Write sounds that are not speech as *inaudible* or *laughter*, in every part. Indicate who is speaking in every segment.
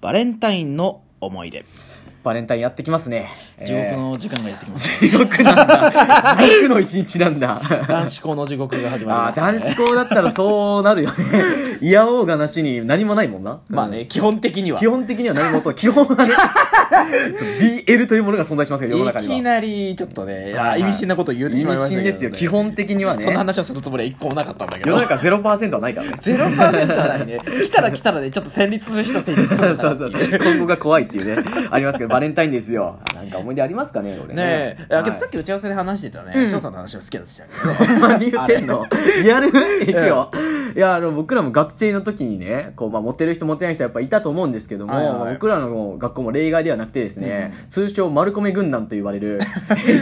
Speaker 1: バレンタインの思い出
Speaker 2: バレンタインやってきますね。
Speaker 1: 地獄の時間がやってき
Speaker 2: *laughs*
Speaker 1: ます、
Speaker 2: えー。地獄なんだ。地獄の一日な
Speaker 1: *laughs*
Speaker 2: んだ。
Speaker 1: 男子校の地獄が始まり
Speaker 2: あ
Speaker 1: ま
Speaker 2: あ、
Speaker 1: す、
Speaker 2: 男子校だったらそうなる
Speaker 1: *laughs*
Speaker 2: よね。いやおうがなしに何もないもんな。
Speaker 1: まあね基本的に
Speaker 2: うん。
Speaker 1: は
Speaker 2: 基本的には何もと、基本はね、BL というものが存在しますけど、世の中
Speaker 1: い
Speaker 2: には。
Speaker 1: きなりちょっとね、
Speaker 2: はいはい
Speaker 1: 意味深なことを言うてしまいましたけど、ね、
Speaker 2: 意味深ですよ。基本的にはね。
Speaker 1: そんな話をするつもりは一個もなかったんだけ
Speaker 2: 世
Speaker 1: ど
Speaker 2: の中0%はない
Speaker 1: *laughs*
Speaker 2: からね。
Speaker 1: 0%はない
Speaker 2: *laughs*
Speaker 1: ね来たら来たらねちょっと戦慄した戦慄す
Speaker 2: そ
Speaker 1: る
Speaker 2: うそうそう。今後が怖いっていうね、ありますけど、バレンタインですよ。なんか思い出ありますかね、これ
Speaker 1: ねえ、
Speaker 2: はい
Speaker 1: あけどさっき打ち合わせで話してたね、
Speaker 2: うん
Speaker 1: 翔さんの話は好きだったけ
Speaker 2: 何言ってんのリアル *laughs* いくよ。いや、あの、僕らも学生の時にね、こう、まあ、モテる人、モテない人やっぱいたと思うんですけども、
Speaker 1: はいはい
Speaker 2: まあ僕らの学校も例外ではなくてですね、通称、丸込軍団と言われ *laughs* る、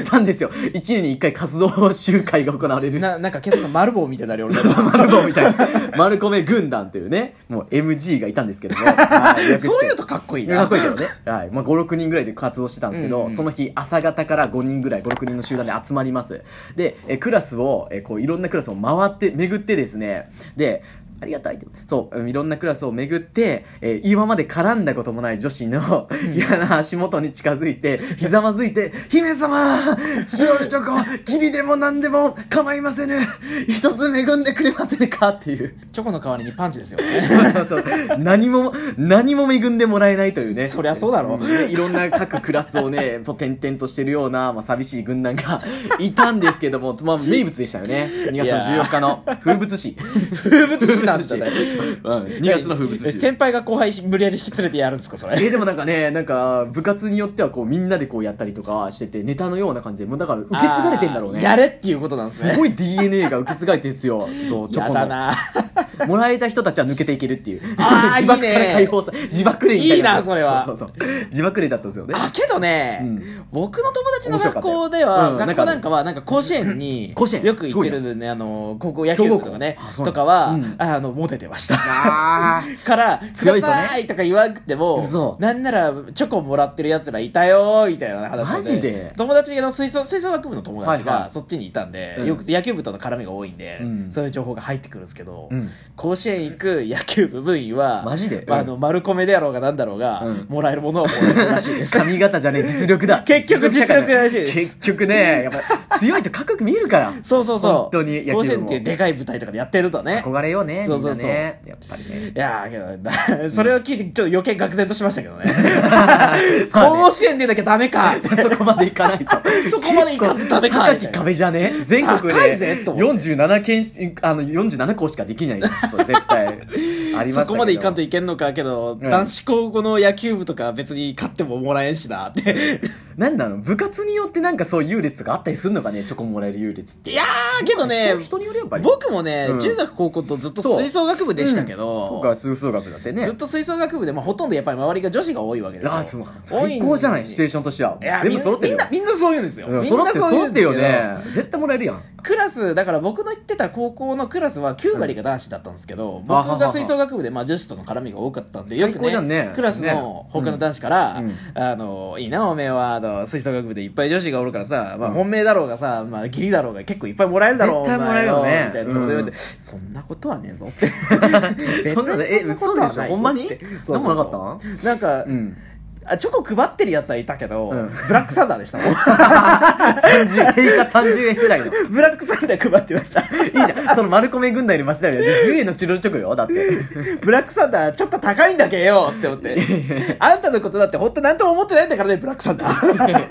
Speaker 2: いたんですよ。1年に1回活動集会が行われ
Speaker 1: ど
Speaker 2: る。
Speaker 1: な *laughs* なんか今朝の丸棒みたいになり
Speaker 2: *laughs*
Speaker 1: 俺だと
Speaker 2: マルコみたいな。マルコメ軍団というね、もう MG がいたんです *laughs* けども。はい略して
Speaker 1: そういうとかっこいい
Speaker 2: か
Speaker 1: な
Speaker 2: っこいいけどね、 *laughs* はいまあ、56人ぐらいで活動してたんですけど、その日朝方から5人ぐらい56人の集団で集まりますでえクラスをえこういろんなクラスを回って巡ってですねでありがたいってそううんいろんなクラスを巡って、えー今まで絡んだこともない女子の嫌な足元に近づいてひざまずいて「姫様白いチョコギリでも何でも構いませぬ一つ恵んでくれませぬか」っていう
Speaker 1: チョコの代わりにパンチですよ
Speaker 2: *laughs* そうそうそう何も何も恵んでもらえないというね
Speaker 1: そりゃそうだろ
Speaker 2: んねいろんな各クラスをねそう転々としてるような、まあ、寂しい軍団が *laughs* いたんですけども、まあ、名物でしたよね2月の14日の風物詩
Speaker 1: 風物詩なんじゃない
Speaker 2: *laughs* うん、2月の風物
Speaker 1: え
Speaker 2: 詩
Speaker 1: 先輩が後輩無理やり引き連れてやるんですかそれ
Speaker 2: えでもなんかねなんか部活によってはこうみんなでこうやったりとかしててネタのような感じでもうだから受け継がれてんだろう
Speaker 1: あーや
Speaker 2: ね
Speaker 1: れっていうことなんです
Speaker 2: す
Speaker 1: ね
Speaker 2: ごい DNA が受け継がれてるんですよそうチョ
Speaker 1: や
Speaker 2: コ
Speaker 1: だ
Speaker 2: の
Speaker 1: な
Speaker 2: もらえた人たちは抜けていけるっていう
Speaker 1: あー
Speaker 2: *laughs* 自爆
Speaker 1: いいね
Speaker 2: から解放さ自爆霊みたいない
Speaker 1: いなそれは
Speaker 2: うそうそう自爆霊だったんですよね
Speaker 1: あけどね、
Speaker 2: うん
Speaker 1: 僕の友達の
Speaker 2: 面白
Speaker 1: 学
Speaker 2: かったよ
Speaker 1: 校では、
Speaker 2: うん
Speaker 1: 学校なんかはなんか甲子園に
Speaker 2: 甲子園
Speaker 1: よく行ってるねあの高校野球部とかね
Speaker 2: 強豪校あそうなんだ
Speaker 1: とかは、
Speaker 2: うん
Speaker 1: あのモテてました
Speaker 2: あ
Speaker 1: から「
Speaker 2: 強い
Speaker 1: く
Speaker 2: と
Speaker 1: だ
Speaker 2: ね
Speaker 1: さい」とか言わなくて
Speaker 2: 嘘
Speaker 1: もなんならチョコもらってるやつらいたよみたいな話をね
Speaker 2: マジで
Speaker 1: 友達の吹奏吹奏楽部の友達
Speaker 2: はいはい
Speaker 1: がそっちにいたんで、
Speaker 2: うん
Speaker 1: よく野球部との絡みが多いんで、
Speaker 2: うん
Speaker 1: そういう情報が入ってくるんですけど、
Speaker 2: うん
Speaker 1: 甲子園行く野球部部員は
Speaker 2: マジで
Speaker 1: まあ、あの丸米であろうがなんだろうが、
Speaker 2: うん
Speaker 1: もらえるものはもらえるら
Speaker 2: *laughs*
Speaker 1: しいです
Speaker 2: 髪型じゃねえ実力だ
Speaker 1: 結局実力らしいです
Speaker 2: 結局ねやっぱ強いとかっこよく見えるから
Speaker 1: そうそうそう。
Speaker 2: 本当に野球も
Speaker 1: 甲子園っていうでかい舞台とかでやってると
Speaker 2: *laughs*
Speaker 1: ね。
Speaker 2: 憧れようね
Speaker 1: そ
Speaker 2: み
Speaker 1: うんそ
Speaker 2: な
Speaker 1: うそう
Speaker 2: ねやっぱりね
Speaker 1: いやーけどな、それを聞いて、ちょっと余計愕然としましたけどね。
Speaker 2: *laughs* まあね
Speaker 1: *laughs* 甲子園でなきゃダメか。
Speaker 2: そこまでいかないと
Speaker 1: *laughs* そこまでいかんとダメか
Speaker 2: 結構高き壁じゃね全国
Speaker 1: 高い
Speaker 2: で
Speaker 1: ぜと思
Speaker 2: 47件しあの47校しかできないそう絶対ありましたけど
Speaker 1: そこまでいかんといけんのか、けど、男子高校の野球部とか別に勝ってももらえんしなって。
Speaker 2: なんだろう部活によってなんかそういう優劣とかあったりするのかねチョコもらえる優劣っ
Speaker 1: *laughs*
Speaker 2: て
Speaker 1: いやー、けどね
Speaker 2: 人、人によるやっぱり
Speaker 1: 僕もね、
Speaker 2: うん
Speaker 1: 中学高校とずっと
Speaker 2: そう
Speaker 1: 吹奏楽部でしたけ
Speaker 2: そう
Speaker 1: ど、
Speaker 2: か数数学だってね
Speaker 1: ずっと吹奏楽部で、まあ、ほとんどやっぱり周りが女子が多いわけですよ。
Speaker 2: ああそう
Speaker 1: 多い
Speaker 2: 最高じゃないシチュエーションとしてはい
Speaker 1: や
Speaker 2: 全部揃ってる
Speaker 1: みんな、みんなそういうんですよ。
Speaker 2: うん
Speaker 1: みん
Speaker 2: 揃
Speaker 1: な
Speaker 2: ってる
Speaker 1: そうい
Speaker 2: 揃
Speaker 1: う
Speaker 2: っ
Speaker 1: ん
Speaker 2: て
Speaker 1: で
Speaker 2: る
Speaker 1: す
Speaker 2: よ
Speaker 1: けど
Speaker 2: ね絶対もらえるやん
Speaker 1: クラスだから僕の行ってた高校のクラスは9割が男子だったんですけど、
Speaker 2: あははは
Speaker 1: 僕が吹奏楽部でまあ女子との絡みが多かったんでよく
Speaker 2: 最高じゃ
Speaker 1: ね
Speaker 2: んね
Speaker 1: クラス
Speaker 2: ね
Speaker 1: の他の男子から、
Speaker 2: うんうん
Speaker 1: あの「いいなおめえはあの吹奏楽部でいっぱい女子がおるからさ、まあ、本命だろうがさ、まあ、義理だろうが結構いっぱいもらえるだろう
Speaker 2: 絶対もらえるよね
Speaker 1: お前みたいなこと言われて、
Speaker 2: うん
Speaker 1: そんなことはねえぞって
Speaker 2: *laughs*
Speaker 1: 別
Speaker 2: そんなのえ
Speaker 1: にそんなことはないぞっ
Speaker 2: 嘘でしょ
Speaker 1: て
Speaker 2: ほんまに
Speaker 1: そうそうそう
Speaker 2: なんもなかった
Speaker 1: なんか、
Speaker 2: うん
Speaker 1: あチョコ配ってるやつはいたけど、
Speaker 2: うん
Speaker 1: ブラックサンダーで
Speaker 2: *laughs*
Speaker 1: したもん
Speaker 2: 30定価30
Speaker 1: *laughs*
Speaker 2: 円ぐらいのいい
Speaker 1: ブラックサンダー配ってました
Speaker 2: じゃんその丸米軍団よりマシだよね10円のチロルチョコよだって
Speaker 1: *laughs* ブラックサンダーちょっと高いんだけよって思って。あんたのことだって本当なんとも思ってないんだからね、ブラックサンダ
Speaker 2: *laughs*
Speaker 1: ー。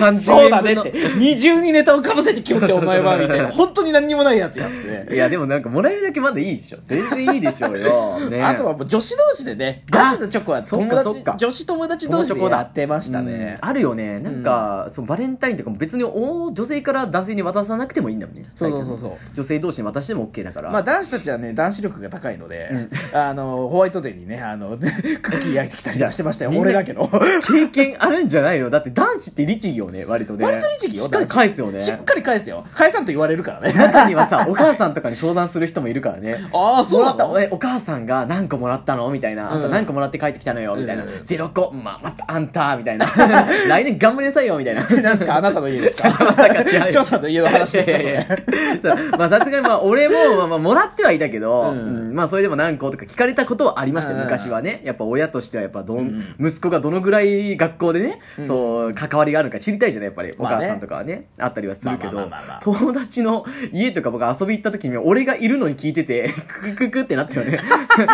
Speaker 2: 30
Speaker 1: そう
Speaker 2: 円
Speaker 1: だね
Speaker 2: 分
Speaker 1: っ
Speaker 2: の
Speaker 1: て。二重にネタをかぶせてきよってお前は、みたいな。本当に何にもないやつやって。
Speaker 2: いやでもなんかもらえるだけまだいいでしょ全然いいでしょ
Speaker 1: *laughs*
Speaker 2: うよね
Speaker 1: あとはもう女子同士でね、ガチのチョコは友
Speaker 2: そっかそっ
Speaker 1: 達
Speaker 2: か、
Speaker 1: 女子友達同士でやってましたね
Speaker 2: う。んあるよねなんか、そのバレンタインとかも別にお女性から男性に渡さなくてもいいんだもんね
Speaker 1: そうそうそうそう
Speaker 2: 女性同士に渡しても OK だから、
Speaker 1: まあ男子たちはね、男子力が高いので、あの、ホワイトデーにね、あの、ク *laughs* ッキー焼いてきたりとかしてましたよ
Speaker 2: い。や
Speaker 1: 俺だけど。
Speaker 2: 経験あるんじゃないのだって男子って律儀よね割とね
Speaker 1: 割と律儀よ
Speaker 2: しっかり返すよね
Speaker 1: しっかり返すよ。返さんと言われるからね。
Speaker 2: 中にはさお母さんとかに相談する人もいるからね
Speaker 1: ああ、
Speaker 2: もらったえお母さんが何個もらったのみたいな、あんた
Speaker 1: うん
Speaker 2: 何個もらって帰ってきたのよみたいな、
Speaker 1: うん
Speaker 2: ゼロ個まあまたあんたみたいな *laughs* 来年頑張りなさいよみたい
Speaker 1: *laughs*
Speaker 2: な
Speaker 1: なんですかあなたの家 *laughs* ですか
Speaker 2: まさか違う
Speaker 1: 視聴者の家の話ですかそ
Speaker 2: いやいやい
Speaker 1: れ
Speaker 2: やそうまあさすがにまあ俺も、まあ、まあもらってはいたけど、
Speaker 1: うん
Speaker 2: うんまあそれでも何個とか聞かれたことはありましたよ
Speaker 1: うん
Speaker 2: 昔はねやっぱ親としてはやっぱどん、
Speaker 1: うん
Speaker 2: 息子がどのぐらい学校でね、
Speaker 1: うん
Speaker 2: そう関わりがあるのか知りたいじゃないやっぱりお
Speaker 1: まあね
Speaker 2: 母さんとかはねあったりはするけ
Speaker 1: まあ
Speaker 2: ど
Speaker 1: まあまあまあ
Speaker 2: 友達の家とか僕遊び行った時に俺がいるのに聞いててククククってなったよね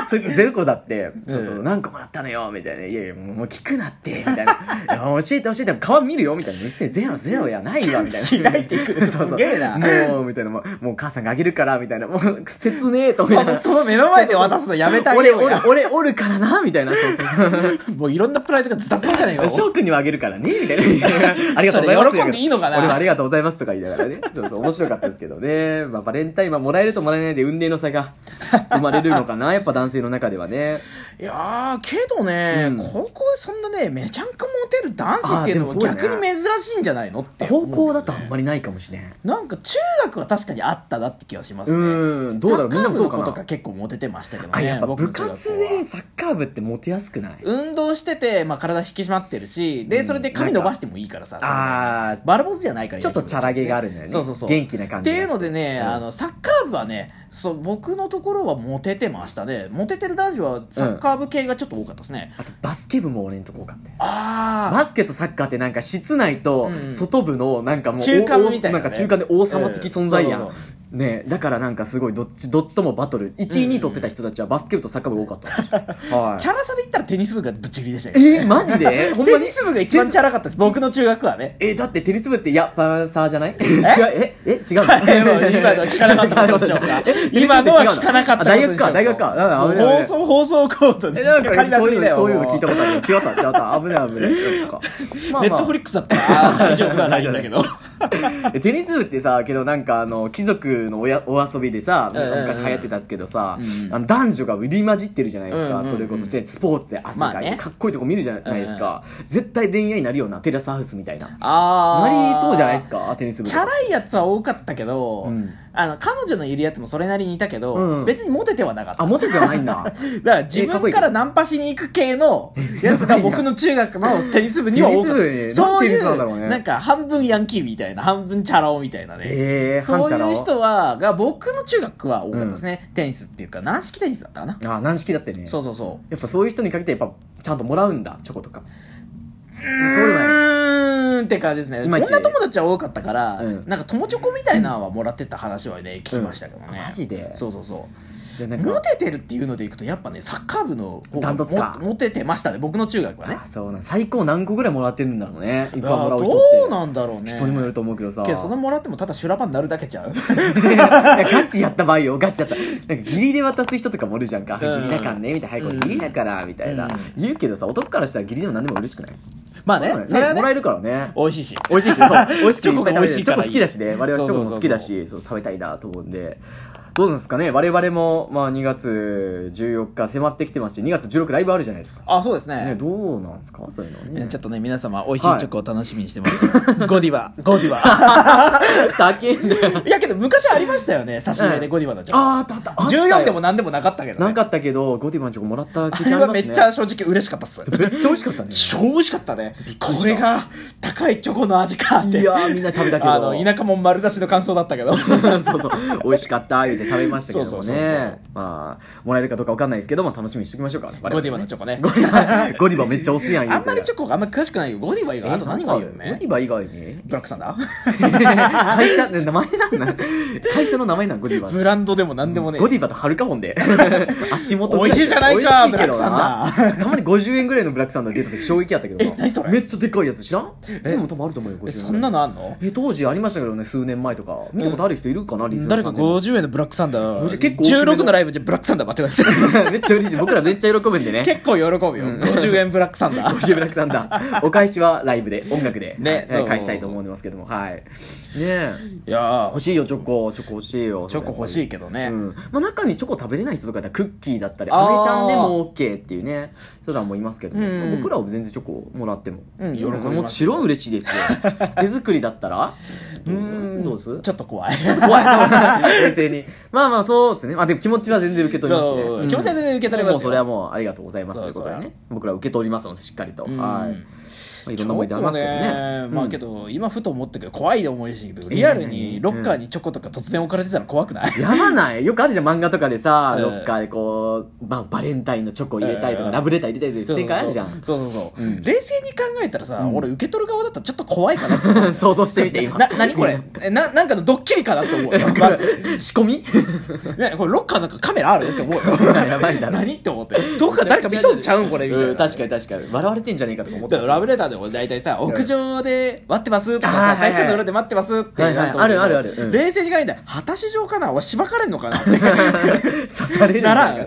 Speaker 2: そいつゼロ個だって、そうそう何個もらったのよみたいないやいやもうもう聞くなってみたいないや教えて教えて顔見るよみたいな一斉ゼロゼロやないわみたいな
Speaker 1: 開いていくのすげえな
Speaker 2: もう、みたいな、もう、もう母さんがあげるから、みたいな、もう、切ねえと、みたいな。
Speaker 1: その目の前で渡すのやめてあげ
Speaker 2: 俺、
Speaker 1: よう
Speaker 2: 俺
Speaker 1: や、
Speaker 2: 俺、おるからな、みたいな。そ
Speaker 1: *laughs*
Speaker 2: う
Speaker 1: もういろんなプライドがズタズタじゃないか
Speaker 2: 翔くんにはあげるからね、みたいな。ありがとうございま
Speaker 1: *laughs* そ
Speaker 2: す。
Speaker 1: れ喜んでいいのかな
Speaker 2: 俺はありがとうございますとか言いながらね。そうそう、面白かったですけどね。まあ、バレンタインはもらえるともらえないで運命の差が生まれるのかな、やっぱ男性の中ではね。
Speaker 1: いやーけどね、
Speaker 2: うん
Speaker 1: 高校でそんなねめちゃんこモテる男子っていうのも
Speaker 2: あーでもそうだね
Speaker 1: 逆に珍しいんじゃないのって
Speaker 2: 高校だとあんまりないかもしれん。
Speaker 1: なんか中学は確かにあったなって気がします
Speaker 2: う
Speaker 1: ね
Speaker 2: ん、どうだろう、みんなもそうか
Speaker 1: サッカー部の子と
Speaker 2: な
Speaker 1: か。結構モテてましたけどね
Speaker 2: あ、やっぱ部
Speaker 1: 僕の中
Speaker 2: 活
Speaker 1: 学校は
Speaker 2: でサッカー部ってモテやすくない
Speaker 1: 運動してて、まあ、体引き締まってるしでそれで髪伸ばしてもいいからさ、それで
Speaker 2: あー
Speaker 1: バルボスじゃないから
Speaker 2: ちょっとチャラげがあるんだよね。
Speaker 1: そうそうそう
Speaker 2: 元気な感
Speaker 1: っ
Speaker 2: じ
Speaker 1: て
Speaker 2: が
Speaker 1: い
Speaker 2: して
Speaker 1: うのでね、
Speaker 2: うん
Speaker 1: あのサッカー部はねそう僕のところはモテてましたねモテてる男子はサッカー部系がちょっと多かったですね、
Speaker 2: あとバスケ部も俺んとこ多かったよ
Speaker 1: ああ
Speaker 2: バスケとサッカーってなんか室内と
Speaker 1: うん
Speaker 2: 外部のなんかもう
Speaker 1: 中間みたいなね
Speaker 2: んか中間で王様的存在や
Speaker 1: うんんそうそ
Speaker 2: ねだからなんかすごいどっちどっちともバトル1位2位取ってた人たちはバスケ部とサッカー部が多かったんですよは
Speaker 1: チャラさで言ったらテニス部がぶっちぎりでしたけど
Speaker 2: いえマ
Speaker 1: *laughs*
Speaker 2: ジでほんま
Speaker 1: テニ
Speaker 2: に
Speaker 1: ス部が一番チャラかったです僕の中学はね
Speaker 2: えだってテニス部ってやっぱサーじゃない *laughs* 違うえ *laughs*
Speaker 1: *laughs*
Speaker 2: え違うの
Speaker 1: 今のは聞かなか
Speaker 2: *laughs*
Speaker 1: ったことでしょうか今のは聞かなかったこと
Speaker 2: あ大
Speaker 1: でしょう
Speaker 2: 学
Speaker 1: か
Speaker 2: か大学かうんあ危ない危ない
Speaker 1: 放送放送コード
Speaker 2: え
Speaker 1: で
Speaker 2: なんか
Speaker 1: 借りま
Speaker 2: そ
Speaker 1: く
Speaker 2: うい
Speaker 1: り
Speaker 2: う
Speaker 1: だ
Speaker 2: の
Speaker 1: よ
Speaker 2: そういうの聞いたことある違った違った危ない危
Speaker 1: *laughs*
Speaker 2: ないそっかまあ
Speaker 1: ネッ
Speaker 2: まあ
Speaker 1: トフリックスだったらあー大丈夫ではないんだけ
Speaker 2: *laughs*
Speaker 1: ど
Speaker 2: えテニス部ってさけどなんかあの貴族のおやお遊びでさ
Speaker 1: うんうんうん
Speaker 2: 昔流行ってたんですけどさ、
Speaker 1: うんうん
Speaker 2: あの男女が入り混じってるじゃないです
Speaker 1: う
Speaker 2: か、
Speaker 1: んうんうん
Speaker 2: それこそしてスポーツで汗
Speaker 1: ま
Speaker 2: か
Speaker 1: あ
Speaker 2: いて、
Speaker 1: ね
Speaker 2: かっこいいとこ見るじゃないですか、絶対恋愛になるようなテラスハウスみたいななり
Speaker 1: あ
Speaker 2: そうじゃないです
Speaker 1: か
Speaker 2: かテニス部
Speaker 1: チャラいやつは多かったけど、
Speaker 2: うん
Speaker 1: あの彼女のいるやつもそれなりにいたけど、
Speaker 2: うん
Speaker 1: 別にモテてはなかった
Speaker 2: あモテてはない
Speaker 1: *laughs*
Speaker 2: んだ
Speaker 1: だから自分からナンパしに行く系のやつが僕の中学のテニス部には多かっ
Speaker 2: テニス部
Speaker 1: た。そ
Speaker 2: に
Speaker 1: う
Speaker 2: なんてテニ
Speaker 1: い
Speaker 2: スなんだろう
Speaker 1: う、
Speaker 2: ね
Speaker 1: なんか半分ヤンキーみたいな、半分チャラ男みたいなね。
Speaker 2: えー、
Speaker 1: そう
Speaker 2: 半チャラ
Speaker 1: い
Speaker 2: を
Speaker 1: う人は、が僕の中学は多かったですね。テニスっていうか、軟式テニスだったかな。
Speaker 2: あ軟式だってね
Speaker 1: そうそうそう。
Speaker 2: やっぱそういう人に限ってやっぱちゃんともらうんだチョコとかそうでもない
Speaker 1: ーんって感じですね
Speaker 2: いまいち
Speaker 1: 女友達は多かったから、
Speaker 2: うん
Speaker 1: なんか友チョコみたいなのはもらってた話はね聞きましたけどね、
Speaker 2: うんマジで
Speaker 1: そうそうそう
Speaker 2: でなんか
Speaker 1: モテてるっていうのでいくとやっぱねサッカー部の方
Speaker 2: ダントツか
Speaker 1: モモテてましたね僕の中学はね
Speaker 2: あそうなん最高何個ぐらいもらってるんだろうね一
Speaker 1: だ
Speaker 2: 般
Speaker 1: から
Speaker 2: もらう
Speaker 1: ど
Speaker 2: 人って
Speaker 1: うなんだろうね
Speaker 2: 人にもよると思うけどさ
Speaker 1: けどそんなもらってもただ修羅場になるだけち
Speaker 2: *laughs*
Speaker 1: ゃう
Speaker 2: いやガチやった場合よガチやったなんか義理で渡す人とかもおるじゃんか、
Speaker 1: うん
Speaker 2: 義理だからねみたいな早く義理だからみたいな、
Speaker 1: うん
Speaker 2: 言うけどさ男からしたら義理でも何でも嬉しくない
Speaker 1: まあねそれは
Speaker 2: もらえ
Speaker 1: ね
Speaker 2: るから
Speaker 1: *laughs*
Speaker 2: ね
Speaker 1: 美味しいし
Speaker 2: 美味しいしそう
Speaker 1: *laughs*
Speaker 2: 美味しく
Speaker 1: チョコが美味しいから
Speaker 2: チョコ好きだしね我々はチョコも好きだ
Speaker 1: そ
Speaker 2: しそう食べたいなと思うんでどうなんですかね我々も、まあ、2月14日迫ってきてますし2月16ライブあるじゃないですか、
Speaker 1: あそうです
Speaker 2: ね、
Speaker 1: ね
Speaker 2: どうなんですかそういうのね
Speaker 1: ねちょっとね皆様美味しいチョコを楽しみにしてます、
Speaker 2: *laughs*
Speaker 1: ゴディバゴディバ
Speaker 2: 高いんだよ
Speaker 1: いやけど昔ありましたよね差し入れでゴディバのチョコ、
Speaker 2: あーあったあったあったよ
Speaker 1: 14でも何でもなかったけどね *laughs*
Speaker 2: なかったけどゴディバンチョコもらった
Speaker 1: あ
Speaker 2: 気がし
Speaker 1: れ *laughs*
Speaker 2: ますね
Speaker 1: はめっちゃ正直嬉しかったっす。
Speaker 2: めっちゃ美味しかったね
Speaker 1: 超美味しかったね。これが高いチョコの味かって。
Speaker 2: いやーみんな食べたけど
Speaker 1: あの、田舎もん丸出しの感想だったけ *laughs* ど。
Speaker 2: *laughs* そうそう美味しかった言うて食べましたけども
Speaker 1: そうそうそうそ
Speaker 2: ねまあもらえるかどうかわかんないですけども楽しみにしておきましょうか
Speaker 1: ゴディバのチョコ *laughs* ね。
Speaker 2: ゴディバゴデ *laughs* ィバめっちゃ押すやん
Speaker 1: あんまりチ
Speaker 2: ょ
Speaker 1: ョコがあんまり詳しくないよ。ゴディバ以外、あと何があるよ
Speaker 2: ゴ
Speaker 1: ね
Speaker 2: デ。ィバ以外に *laughs*
Speaker 1: ブラックさんだ
Speaker 2: 会社ね名前なんだ会社の名前なんゴディバ
Speaker 1: *laughs* ブランドでも何でもねえ
Speaker 2: ゴディバとハルカホ
Speaker 1: *laughs*
Speaker 2: ンで足元
Speaker 1: 美味しいじゃないか
Speaker 2: 美味しいけどな
Speaker 1: ブラックサ
Speaker 2: たまに50円ぐらいのブラックサンダー出た時衝撃やったけどな
Speaker 1: え何それ
Speaker 2: めっちゃでかいやつ知らんでも多分あると思うよ
Speaker 1: え
Speaker 2: 50円
Speaker 1: そんなのあんの
Speaker 2: え当時ありましたけどね数年前とか見たことある人いるかなリスナー
Speaker 1: 誰
Speaker 2: さ
Speaker 1: か
Speaker 2: んでも
Speaker 1: 50円のブラックサンダー。
Speaker 2: 50結構大きめの
Speaker 1: 16のライブでブラックサンダー待ってください。
Speaker 2: *laughs* めっちゃ嬉しい僕らめっちゃ喜ぶんでね
Speaker 1: *laughs* 結構喜ぶよ。50円ブラックサンダー。
Speaker 2: ジブラックさんだお返しはライブで音楽で、
Speaker 1: ね
Speaker 2: はい
Speaker 1: そう
Speaker 2: 返したいと思いますけどもはいねえ
Speaker 1: いや
Speaker 2: 欲
Speaker 1: ー、
Speaker 2: しいよチョコチョコ欲しいよ
Speaker 1: チョコ欲しいけどね。
Speaker 2: うんまあ、中にチョコ食べれない人とかだったらクッキーだったり
Speaker 1: あー
Speaker 2: あめちゃんでも OK っていうね人らもいますけども、
Speaker 1: うん
Speaker 2: 僕らは全然チョコもらっても、
Speaker 1: うん喜びます *laughs*
Speaker 2: もちろん嬉しいですよ手作りだったらどうどうです
Speaker 1: ちょっと怖い。
Speaker 2: 怖い冷静に。まあまあ、そうですね。まあでも気持ちは全然受け取りますね
Speaker 1: そう
Speaker 2: うん。
Speaker 1: 気持ちは全然受け取りますよ
Speaker 2: もうそれはもうありがとうございます
Speaker 1: そ
Speaker 2: といううこ
Speaker 1: そう
Speaker 2: とでね。僕ら受け取りますので、しっかりと。は
Speaker 1: う
Speaker 2: い。
Speaker 1: ん
Speaker 2: まあいろんな思い出ありますけど
Speaker 1: チョコ
Speaker 2: ね。
Speaker 1: まあけ
Speaker 2: ど。
Speaker 1: ど、今ふと思ったけど、怖い思いしてるけど、リアルにロッカーにチョコとか突然置かれてたら怖くない
Speaker 2: やばないよくあるじゃん、漫画とかでさ、
Speaker 1: うん
Speaker 2: ロッカーでこう、まあ、バレンタインのチョコ入れたりと
Speaker 1: う
Speaker 2: か、
Speaker 1: ん
Speaker 2: ラブレター入れたりとか、ステッカーあるじゃん。
Speaker 1: そうそうそう。
Speaker 2: うん
Speaker 1: 冷静に考えたらさ、俺受け取る側だったらちょっと怖いかなと
Speaker 2: 想像 *laughs* してみて、今。
Speaker 1: な、何これえ、な、なんかのドッキリかなと思うよ。まず。
Speaker 2: *laughs* 仕込み
Speaker 1: ね、これロッカーなんかカメラあるって思うよ。
Speaker 2: *laughs* やばいだろ
Speaker 1: *laughs* 何って思って。どっか誰か見とんちゃうんこれみたいな。
Speaker 2: うん確かに確かに。笑われてんじゃねえかとか思っ
Speaker 1: だ
Speaker 2: た
Speaker 1: からラブレターでも大体さ、屋上で待ってますとか
Speaker 2: あ
Speaker 1: さ、
Speaker 2: ーはいは
Speaker 1: 体
Speaker 2: い
Speaker 1: 育館の裏で待ってますってなと思うけど
Speaker 2: はいはいあるあるあるうん
Speaker 1: 冷静に考えたら、果たし状かな俺、しばかれんのかなって。
Speaker 2: *laughs* 刺されるんじゃないか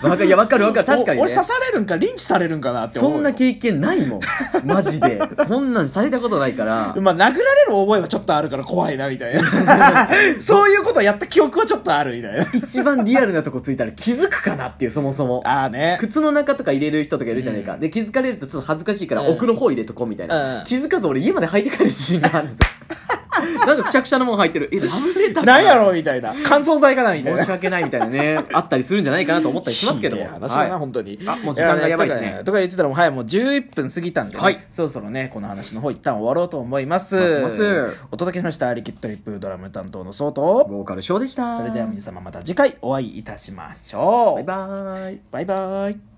Speaker 2: とわかいや、わかるわかる。確かに、
Speaker 1: お
Speaker 2: ね。
Speaker 1: 俺刺されるんか、リンチされるんかなって思うよ。
Speaker 2: そんな経験ないもん。マジで。そんなんされたことないから。
Speaker 1: まあ、殴られる覚えはちょっとあるから怖いな、みたいな。
Speaker 2: *laughs*
Speaker 1: そういうことをやった記憶はちょっとある、みたいな。
Speaker 2: 一番リアルなとこついたら気づくかなっていう、そもそも。
Speaker 1: *laughs* ああね。
Speaker 2: 靴の中とか入れる人とかいるじゃないか。で、気づかれるとちょっと恥ずかしいから、
Speaker 1: うん
Speaker 2: 奥の方入れとこうみたいな。
Speaker 1: うん
Speaker 2: 気づかず俺家まで履いて帰る自信があるんで
Speaker 1: *laughs*
Speaker 2: すよ。なんかくしゃくしゃのもん履いてる。え、ラブレターか
Speaker 1: なんやろみたいな。乾燥剤かなみたい
Speaker 2: 申
Speaker 1: な
Speaker 2: し。訳ないみたいなね。あったりするんじゃないかなと思ったりしますけど
Speaker 1: ひ
Speaker 2: も。
Speaker 1: でえ話だな、
Speaker 2: はい
Speaker 1: 本当に。
Speaker 2: あもう時間がやばいですね
Speaker 1: やとかとか言ってたら、もうはい、もう11分過ぎたんでね、
Speaker 2: はい
Speaker 1: そろそろね、この話の方一旦終わろうと思います
Speaker 2: 待ってま。
Speaker 1: お届けしました、リキッドリップドラム担当のソウと、
Speaker 2: ボーカルショーでした。
Speaker 1: それでは皆様また次回お会いいたしましょう。
Speaker 2: バイバーイ。
Speaker 1: バイバイ。